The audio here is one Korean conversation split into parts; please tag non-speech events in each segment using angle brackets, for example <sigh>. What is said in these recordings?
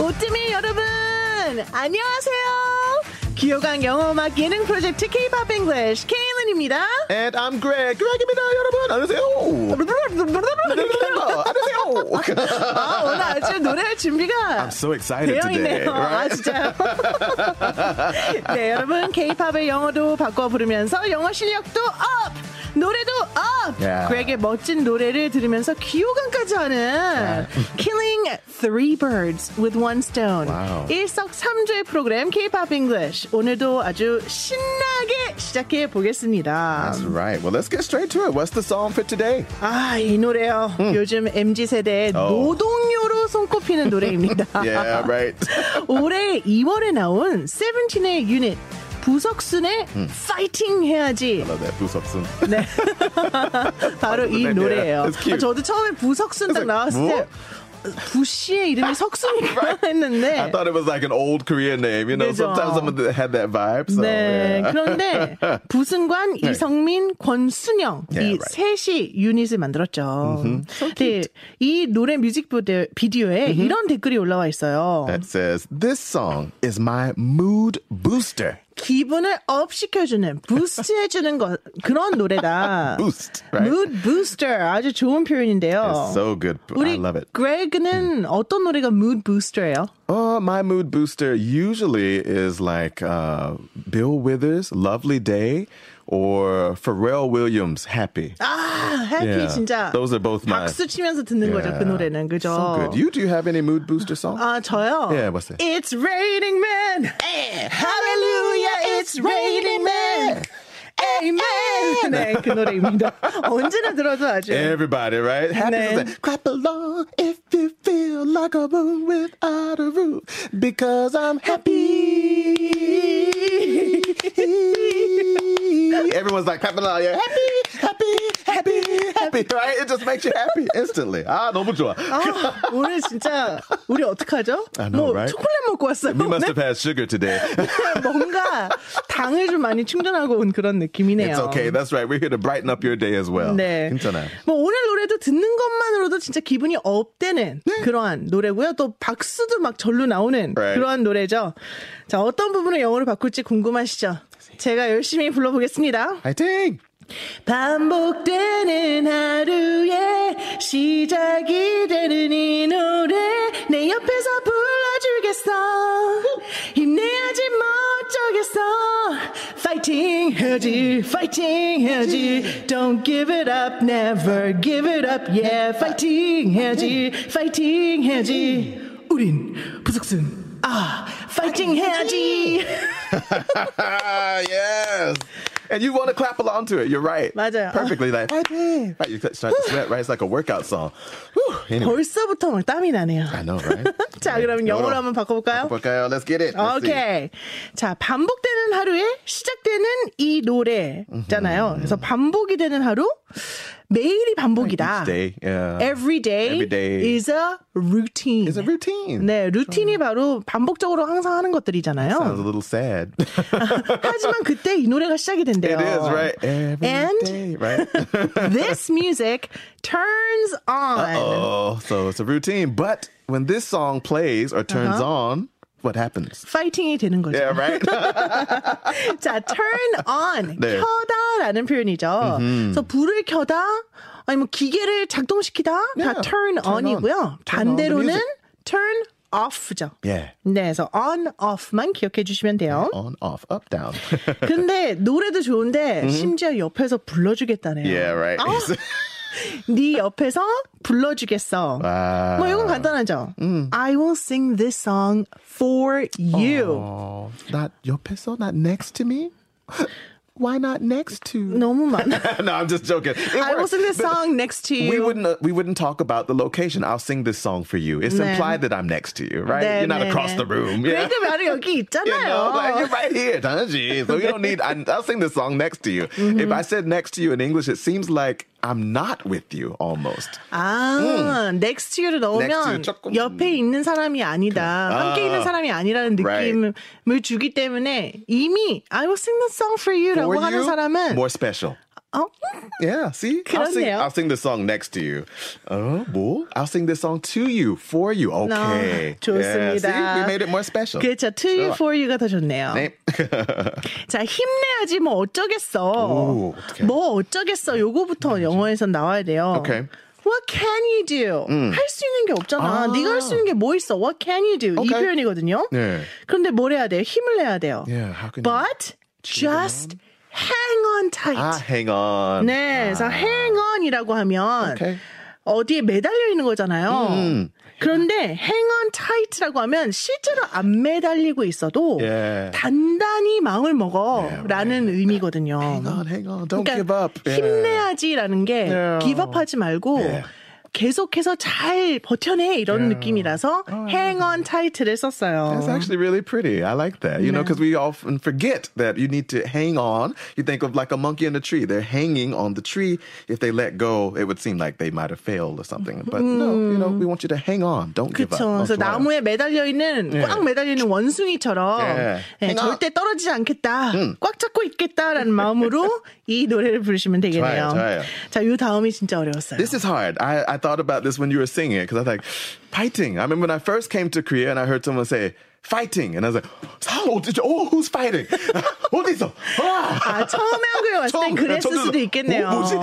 오뜨미 여러분 안녕하세요 귀요강 영어음악 예능 프로젝트 K-POP English 케이은입니다 And I'm Greg. Greg입니다, 여러분. <laughs> 안녕하세요. 안녕하세요. 아 오늘 아주 노래할 준비가 <laughs> I'm so excited today. 대형이네요 아 Right? 진짜요 <laughs> 네 여러분 K-POP의 영어도 바꿔 부르면서 영어 실력도 업 노래도 업 Yeah. 그에게 멋진 노래를 들으면서 귀요강까지 하는 Killing Three Birds with One Stone Wow. 일석삼조의 프로그램 K-POP English 오늘도 아주 신나게 시작해 보겠습니다 That's right. Well, let's get straight to it. What's the song for today? 아, 이 노래요. 음. 요즘 MZ 세대의 어. 노동요로 손꼽히는 <laughs> 노래입니다. Yeah, right. 올해 2월에 나온 세븐틴의 유닛 부석순의 음. 파이팅 <laughs> 해야지. Love that. 부석순. 네. 바로 이 Yeah, 노래예요. it's 네, cute. 아, 저도 처음에 부석순 딱 It's like, 나왔을 뭐? 때 부씨의 이름이 <laughs> 석순이라 했는데 I thought it was like an old Korean name. You know, 그죠. sometimes someone that had that vibe. So, 네. yeah. <laughs> 네. 그런데 부승관, 이성민, 권순영 Yeah, 이 right. Mm-hmm. 셋이 유닛을 만들었죠. 네, 이 노래 뮤직 비디오- 비디오에 이런 댓글이 올라와 있어요. That says, This song is my mood booster. 기분을 업 시켜주는, 부스트 해주는 것 그런 노래다. <laughs> Boost, right? Mood booster 아주 좋은 표현인데요. It's so good. I 우리 love it. 음. 그레그는 어떤 노래가 mood booster예요? Uh, my mood booster usually is like uh, Bill Withers' "Lovely Day" or Pharrell Williams' "Happy." 아, 해피 Yeah. 진짜. Those are both mine. 박수 치면서 듣는 거죠, 그 Yeah. 노래는 그죠? So good. You do you have any mood booster song? 아 저요. 예, what's that? It's raining men. Hallelujah, it's raining men. Amen. 네, 그 노래입니다. <laughs> 언제나 들어도 아주. Everybody, right? Happy 네. is like, clap along if you feel like a moon without a roof because I'm happy. Everyone's like clapping along, yeah, happy, happy, happy, happy, right? It just makes you happy instantly. Ah, 아 너무 좋아. 아, 오늘 진짜 우리 어떡하죠? I know, 뭐 right? 음. 초콜릿 먹고 왔어요. We must have had sugar today. <laughs> 네, <laughs> 뭔가 당을 좀 많이 충전하고 온 그런 느낌이네요. It's okay. That's right. We're here to brighten up your day as well. 네. 괜찮아요. 뭐 오늘 노래도 듣는 것만으로도 진짜 기분이 업되는 그러한 노래고요. 또 박수도 막 절로 나오는 네. Right. 그러한 노래죠. 자, 어떤 부분을 영어로 바꿀지 궁금하시죠? 제가 열심히 불러보겠습니다. 화이팅! 반복되는 하루에 시작이 되는 이 노래 내 옆에서 불러주겠어 힘내야지 멋져겠어 파이팅 해야지 파이팅 해야지 Don't give it up never give it up yeah 파이팅 해야지 파이팅 해야지 우린 부석순 아 파이팅 해야지 yes. And you want to clap along to it. You're right. 맞아요. Perfectly. Like, 화이팅! Right, you start to sweat, right? It's like a workout song. Whew. Anyway, 벌써부터 막 땀이 나네요 I know, right? <laughs> 자 그럼 영어로 한번 바꿔볼까요? 바꿔볼까요? Let's get it. Let's see. 오케이. 자, 반복되는 하루에 시작되는 이 Mm-hmm. 노래잖아요. 그래서 반복이 되는 하루, 매일이 반복이다. Each day. Yeah. Every day, Every day. is a routine. It's a routine. Mm-hmm. 네, 루틴이 바로 반복적으로 항상 하는 Sounds a 것들이잖아요. little sad. <laughs> 하지만 그때 이 노래가 시작이 된대요. it is, right? Every And- day, right? <laughs> This music turns on. oh, so it's a routine. But when this song plays or turns Uh-huh. on, what <laughs> happens? 파이팅이 되는 거죠. Yeah, right? <laughs> 자, turn on. 네. 켜다라는 표현이죠. 그래서 불을 켜다, 아니면 뭐 기계를 작동시키다, 다 Yeah, turn 네. turn on. on이고요. Turn on the 반대로는 music. 예. turn off죠. yeah. 네, 그래서 on, off만 기억해 주시면 돼요. On, off, up, down. <laughs> 근데 노래도 좋은데 심지어 옆에서 불러주겠다네요. 음. yeah, right. 아, <laughs> 네 옆에서 불러주겠어. Wow. 뭐 이건 간단하죠. 음. I will sing this song for you. Oh, not your peso, not next to me. <laughs> Why not next to? 너무 많아. <laughs> no, I'm just joking. It I will works. sing this But song next to you. We wouldn't. Uh, we wouldn't talk about the location. I'll sing this song for you. It's 네. implied that I'm next to you, right? 네, You're not 네, across 네. the room. Yeah. 그러니까 바로 여기 <laughs> You know, like you're 있잖아요. right here, Tanji. So you don't need. I, I'll sing this song next to you. Mm-hmm. If I said next to you in English, it seems like I'm not with you almost. 아, next to you를 음. Next to 넣으면 you 조금- 옆에 있는 사람이 아니다. 함께 아. 있는 사람이 아니라는 Right. 느낌을 주기 때문에 이미 I will sing the song for you라고 For 하는 you, 사람은 more special. 어? Yeah, see? I'll sing, 그렇네요. I'll sing this song next to you. 어, 뭐? I'll sing this song to you, for you. Okay. Yeah, 좋습니다. see? We made it more special. 그렇죠. To you, 좋아. for you가 더 좋네요. 네. <laughs> 자, 힘내야지 뭐 어쩌겠어. 오, 어떡해. 뭐 어쩌겠어. 요거부터 영어에선 나와야 돼요. Okay. 음. What can you do? 할 수 있는 게 없잖아. 아. 네가 할 수 있는 게 뭐 있어? What can you do? 이 Okay. 표현이거든요. 네. 그런데 뭘 해야 돼요? 힘을 내야 돼요. Yeah, how can you- But just hang on tight. 아, Ah, hang on. 네, 그래서 hang on이라고 하면 Okay. 어디에 매달려 있는 거잖아요. 음. 그런데 hang on tight라고 하면 실제로 안 매달리고 있어도 예. 단단히 마음을 먹어라는 의미거든요. Hang on, 예. hang on. Don't 그러니까 give up. Yeah. 힘내야지라는 게 Yeah. give up하지 말고. Yeah. 계속해서 잘 버텨내 이런 Yeah. 느낌이라서 아, hang 네. on tight를 썼어요. That's actually really pretty. I like that. You know, because we often forget that you need to hang on. You think of like a monkey in a tree. They're hanging on the tree. If they let go, it would seem like they might have failed or something. But no, you know, we want you to hang on. Don't give up. 그렇죠. 그래서 어, 좋아요. 나무에 매달려 있는 예. 꽉 매달려 있는 원숭이처럼 예. 음. 예, 행아. 절대 떨어지지 않겠다, 꽉 잡고 있겠다라는 <laughs> 마음으로 이 노래를 부르시면 되겠네요. 좋아요, 좋아요. 자, 요 다음이 진짜 어려웠어요. This is hard. I, I thought about this when you were singing it because I was like, fighting. I remember when I first came to Korea and I heard someone say, fighting. And I was like, "사오, 진짜, oh, who's fighting? <laughs> 어디서? Ah, 아, 처음에 한국에 왔을 땐 <laughs> 처음, 그랬을 저도, 수도 있겠네요. 어, 뭐지?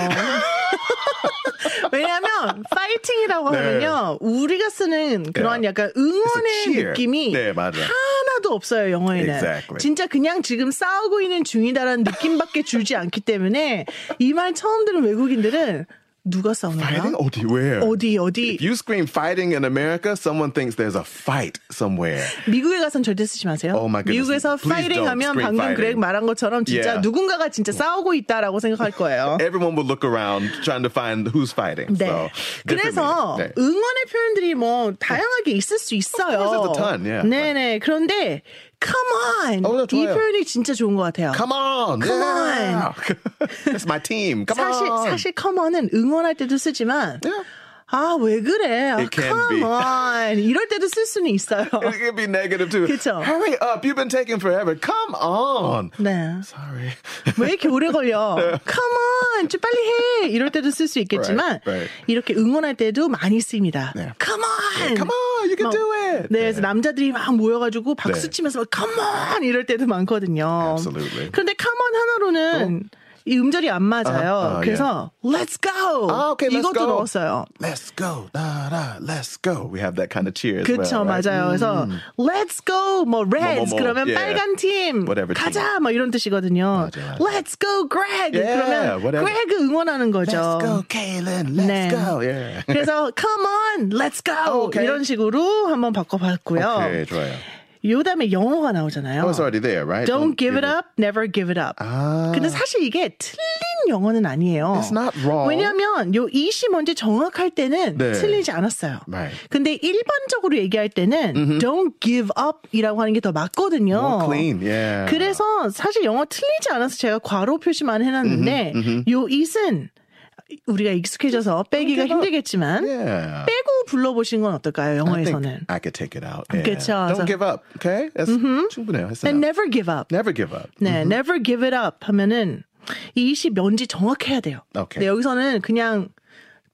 왜냐하면 파이팅이라고 네. 하면요, 우리가 쓰는 그런 Yeah. 약간 It's a 응원의 cheer. 느낌이 네, 맞아. 하나도 없어요 영어에는. Exactly. 진짜 그냥 지금 싸우고 있는 중이다라는 느낌밖에 주지 않기 때문에 이 말 처음 들은 외국인들은 누가 싸우는 거야? Fighting? 어디? Where? 어디 어디 If you scream fighting in America, someone thinks there's a fight somewhere. 미국에 가선 절대 쓰지 마세요. Oh my goodness. 미국에서 Please 파이팅 don't 하면 scream 방금 fighting. 그렉 말한 것처럼 진짜 Yeah. 누군가가 진짜 싸우고 있다라고 생각할 거예요. Everyone would look around trying to find who's fighting. 네. So, different 그래서 meaning. 어, 네. 응원의 표현들이 뭐 다양하게 있을 수 있어요. course, there's a ton, yeah. 네네. 그런데 come on 어, 나 이 좋아요. 표현이 진짜 좋은 것 같아요. Come on. Come yeah. <laughs> That's my team. Come 사실 on. 사실 come on은 응원할 때도 쓰지만 Yeah. 아 왜 그래? 아, It can come be. on 이럴 때도 쓸 수는 있어요. It could be negative too. 그쵸. Hurry up. You've been taking forever. Come on. 네. Sorry. 왜 이렇게 오래 <laughs> 걸려? 네. Come on, 좀 빨리 해. 이럴 때도 쓸 수 있겠지만 Right, right. 이렇게 응원할 때도 많이 씁니다. 네. Come on, Come on. You can 막- do it. 네, 그래서 남자들이 막 모여가지고 박수 네. 치면서 막 Come on 이럴 때도 많거든요. Absolutely. 그런데 Come on 하나로는 이 음절이 안 맞아요. 아, 아, 그래서 Let's go 아, okay, let's 이것도 go. 넣었어요. Let's go. Da, da, let's go. We have that kind of cheer as 그쵸 well. right? 맞아요. 그래서 Let's go 뭐 Reds 네. 음. 뭐, 뭐. 그러면 Yeah. 빨간 팀 Whatever team. 가자 뭐 이런 뜻이거든요. 맞아, 맞아. Let's go Greg Yeah, 그러면 whatever. Greg 응원하는 거죠. Let's go, Kaylin. Let's 네. go. Yeah. 그래서 Come on, Let's go <laughs> Okay. 이런 식으로 한번 바꿔봤고요. <laughs> Okay, 좋아요. 요 다음에 영어가 나오잖아요. Oh, it's already there, right? Don't give it up, never give it up. 아. 근데 사실 이게 틀린 영어는 아니에요. It's not wrong. 왜냐하면 요 이시 먼저 정확할 때는 네. 틀리지 않았어요. Ah. Right. 근데 일반적으로 얘기할 때는 don't give up이라고 하는 게 더 맞거든요. More clean, yeah. 그래서 사실 영어 틀리지 않아서 제가 괄호 표시만 해놨는데 요 it은 우리가 익숙해져서 빼기가 힘들겠지만 Yeah. 빼고 불러보신 건 어떨까요? I think 영어에서는. I could take it out. Yeah. 그쵸, 그래서- Don't give up. Okay? That's 충분해요. That's Mm-hmm. And enough. never give up. Never give up. 네, never give it up 하면은 이 이시 뭔지 정확해야 돼요. 오케이. 네, 여기서는 그냥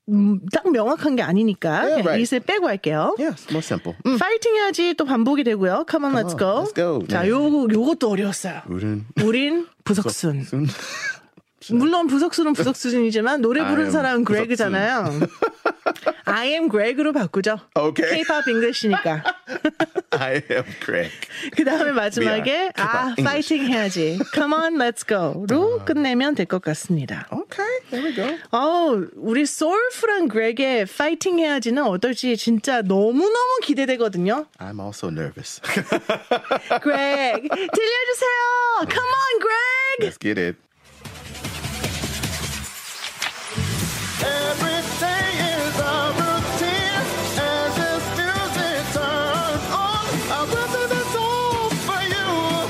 음, 딱 명확한 게 아니니까 Yeah, 그냥 right. 이슬 빼고 할게요. Yes, more simple. 파이팅 해야지 또 반복이 되고요. Come on, let's on, go. let's go. 자, 네. 요 요것도 어려웠어요. <laughs> 우린- 우린 부석순. <laughs> 물론 부석순은 부석순이지만 노래 I 부른 am 사람은 그레그잖아요. <laughs> I am Greg으로 바꾸죠. Okay. K-pop <laughs> English니까. I am Craig. 그 다음에 마지막에 We are 아 K-pop 파이팅 해야지. Come on, let's 아. go로 끝내면 될 것 같습니다. Okay, there we go. 어우 우리 소울풀한 그렉의 파이팅 해야지는 어떨지 진짜 너무 너무 기대되거든요. I'm also nervous. <laughs> 그렉 들려주세요. Come on, 그렉. Let's get it. Every day is a routine. As this music turns on, I whistle this song for you.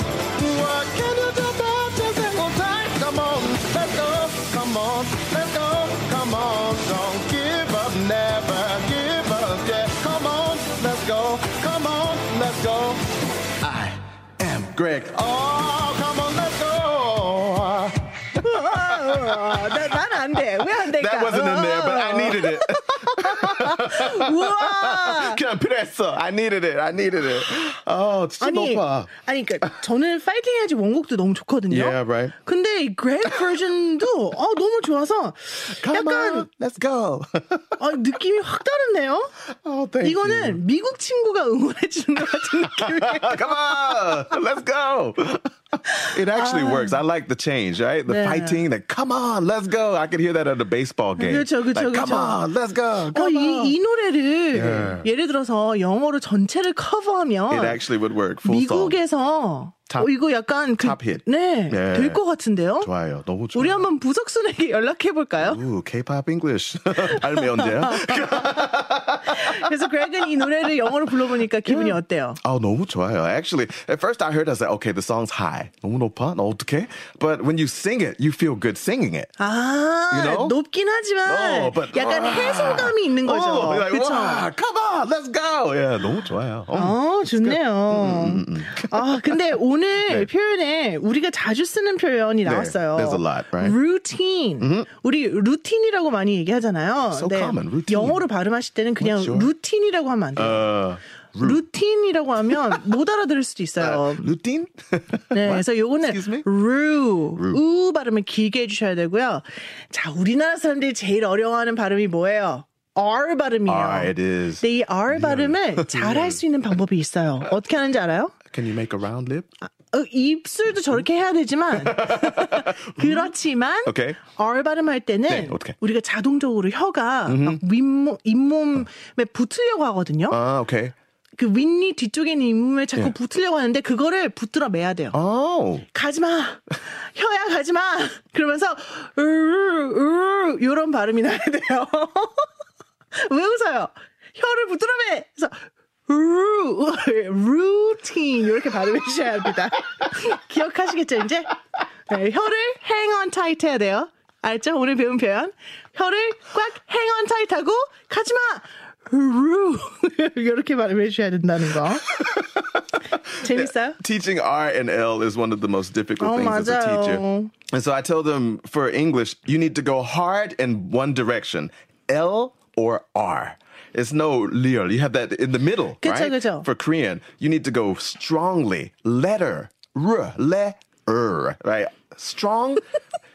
What can you do about this single time? Come on, let's go. Come on, let's go. Come on, don't give up, never give up. Yeah, come on, let's go. Come on, let's go. I am Greg. Oh, come on, let's go. 어, 네. uh-huh. <laughs> <laughs> 어. 우와. 그냥 필요했어. I needed it. I needed it. Oh, 아, 진짜 아니, 높아. 아니, 그러니까 저는 파이팅 해야지 원곡도 너무 좋거든요. Yeah, right. 근데 이 그랩 버전도 어, 너무 좋아서 Come 약간 on, let's go. <laughs> 어, 느낌이 확 다른데요? oh, thank 이거는 you. 미국 친구가 응원해 주는 것 같은 <laughs> 느낌이에요. Come on, <laughs> let's <laughs> go. It actually Uh, works. I like the change, right? The 네. fighting, the come on, let's go. I can hear that at a baseball game. 그쵸, 그쵸, like, Come 그쵸. on, let's go. 어, Come on. 이, 이 노래를 예. 예를 들어서 영어로 전체를 커버하면 It actually would work. Full song. 미국에서 어, Top- 이거 약간 그, top hit. 네, 예. 될 것 같은데요. 좋아요. 너무 좋아요. 우리 한번 부석순에게 <laughs> 연락해 볼까요? <laughs> Ooh, K-pop English. <laughs> 발매 <laughs> 언제야? 그래서 그렉은 이 노래를 영어로 불러보니까 기분이 어때요? Oh, 너무 좋아요. Actually, at first I heard I said, okay, the song's high. 너무 높아? 나 어떡해? But when you sing it, you feel good singing it. 아, You know? 높긴 하지만 Oh, but- Ah, 약간 와. 해소감이 있는 거죠. Oh, you're like, 그쵸? 와, come on, let's go. Yeah, 너무 좋아요. Oh. 어, 좋네요. 아, 근데 <laughs> 오늘 표현에 우리가 자주 쓰는 표현이 나왔어요. 네. there's a lot, right? Mm-hmm. routine. 우리 루틴이라고 많이 얘기하잖아요. So common, routine. 영어로 발음하실 때는 그냥 What's your- 루틴이라고 하면 안 돼요. Uh, 루틴이라고 <laughs> 하면 못 알아들을 수도 있어요. 루틴? 네, What? 그래서 요거는 Excuse me? 루, 우 발음을 길게 해주셔야 되고요. 자, 우리나라 사람들이 제일 어려워하는 발음이 뭐예요? R 발음이에요. R, Ah, it is. 근데 이 R <laughs> 발음을 잘 할 수 있는 방법이 있어요. 어떻게 하는지 알아요? Can you make a round lip? 어, 입술도 저렇게 해야 되지만 <laughs> 그렇지만 오케이. R 발음할 때는 네, 어떻게? 우리가 자동적으로 혀가 막 윗몸, 어. 잇몸에 붙으려고 하거든요. 아, Ah, okay. 그 윗니 뒤쪽에 있는 잇몸에 자꾸 예. 붙으려고 하는데 그거를 붙들어 매야 돼요. Oh, 가지마 혀야 가지마 그러면서 으으으 이런 발음이 나야 돼요 <laughs> 왜 웃어요 혀를 붙들어매 그래서 으 루틴 이렇게 발음해 주셔야 합니다 <laughs> 기억하시겠죠 이제 네, 혀를 hang on tight 해야 돼요 알죠 오늘 배운 표현 혀를 꽉 hang on tight 하고 가지마 루 <laughs> 이렇게 발음해 주셔야 된다는 거 재밌어요? teaching R and L is one of the most difficult Oh, things as a 맞아요. teacher. And so I tell them for English, you need to go hard in one direction L or R. It's no leer. You have that in the middle, 그쵸, right? 그쵸. For Korean, you need to go strongly. Letter, r, le, er, right? Strong.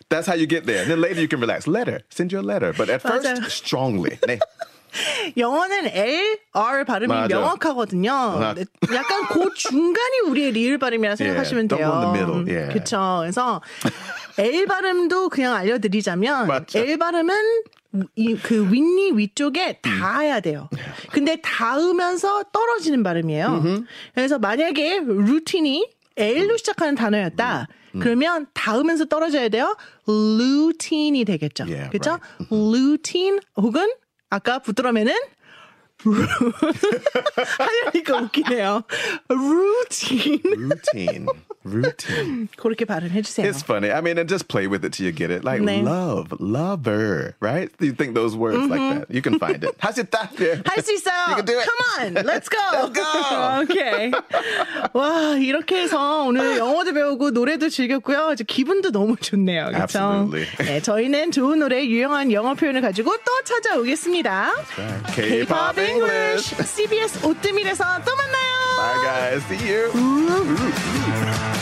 That's how you get there. And then later you can relax. Letter, send you a letter. But at first, 맞아요. strongly. 네. 영어는 L, R 발음이 맞아요. 명확하거든요. 네, 약간 그 중간이 우리의 리을 발음이라 생각하시면 예, don't go in the 돼요. middle. 예. Yeah. 그쵸. 그래서 L 발음도 그냥 알려드리자면 맞죠. L 발음은 이, 그 윗니 위쪽에 닿아야 돼요. 음. 근데 닿으면서 떨어지는 발음이에요. 그래서 만약에 루틴이 음. L로 시작하는 단어였다. 그러면 닿으면서 떨어져야 돼요. 루틴이 되겠죠. Yeah, Mm-hmm. 그렇죠? 루틴 혹은 아까 붙들어매는 <laughs> 하려니까 웃기네요. 루틴 Routine. Routine. 그렇게 발음해 주세요. It's funny. I mean, and just play with it till you get it. Like 네. love, lover, right? You think those words like that. You can find it. Mm-hmm. <laughs> How's it that there? 할 수 있어요. You can do it. Come on, let's go. <laughs> Let's go. 오케이. 와 이렇게 해서 오늘 영어도 배우고 노래도 즐겼고요. 이제 기분도 너무 좋네요. 그렇죠? Absolutely. 네, 저희는 좋은 노래, 유용한 영어 표현을 가지고 또 찾아오겠습니다. right. K-pop K-pop English, CBS 오뜨밀에서 또 만나요. Bye, guys. See you.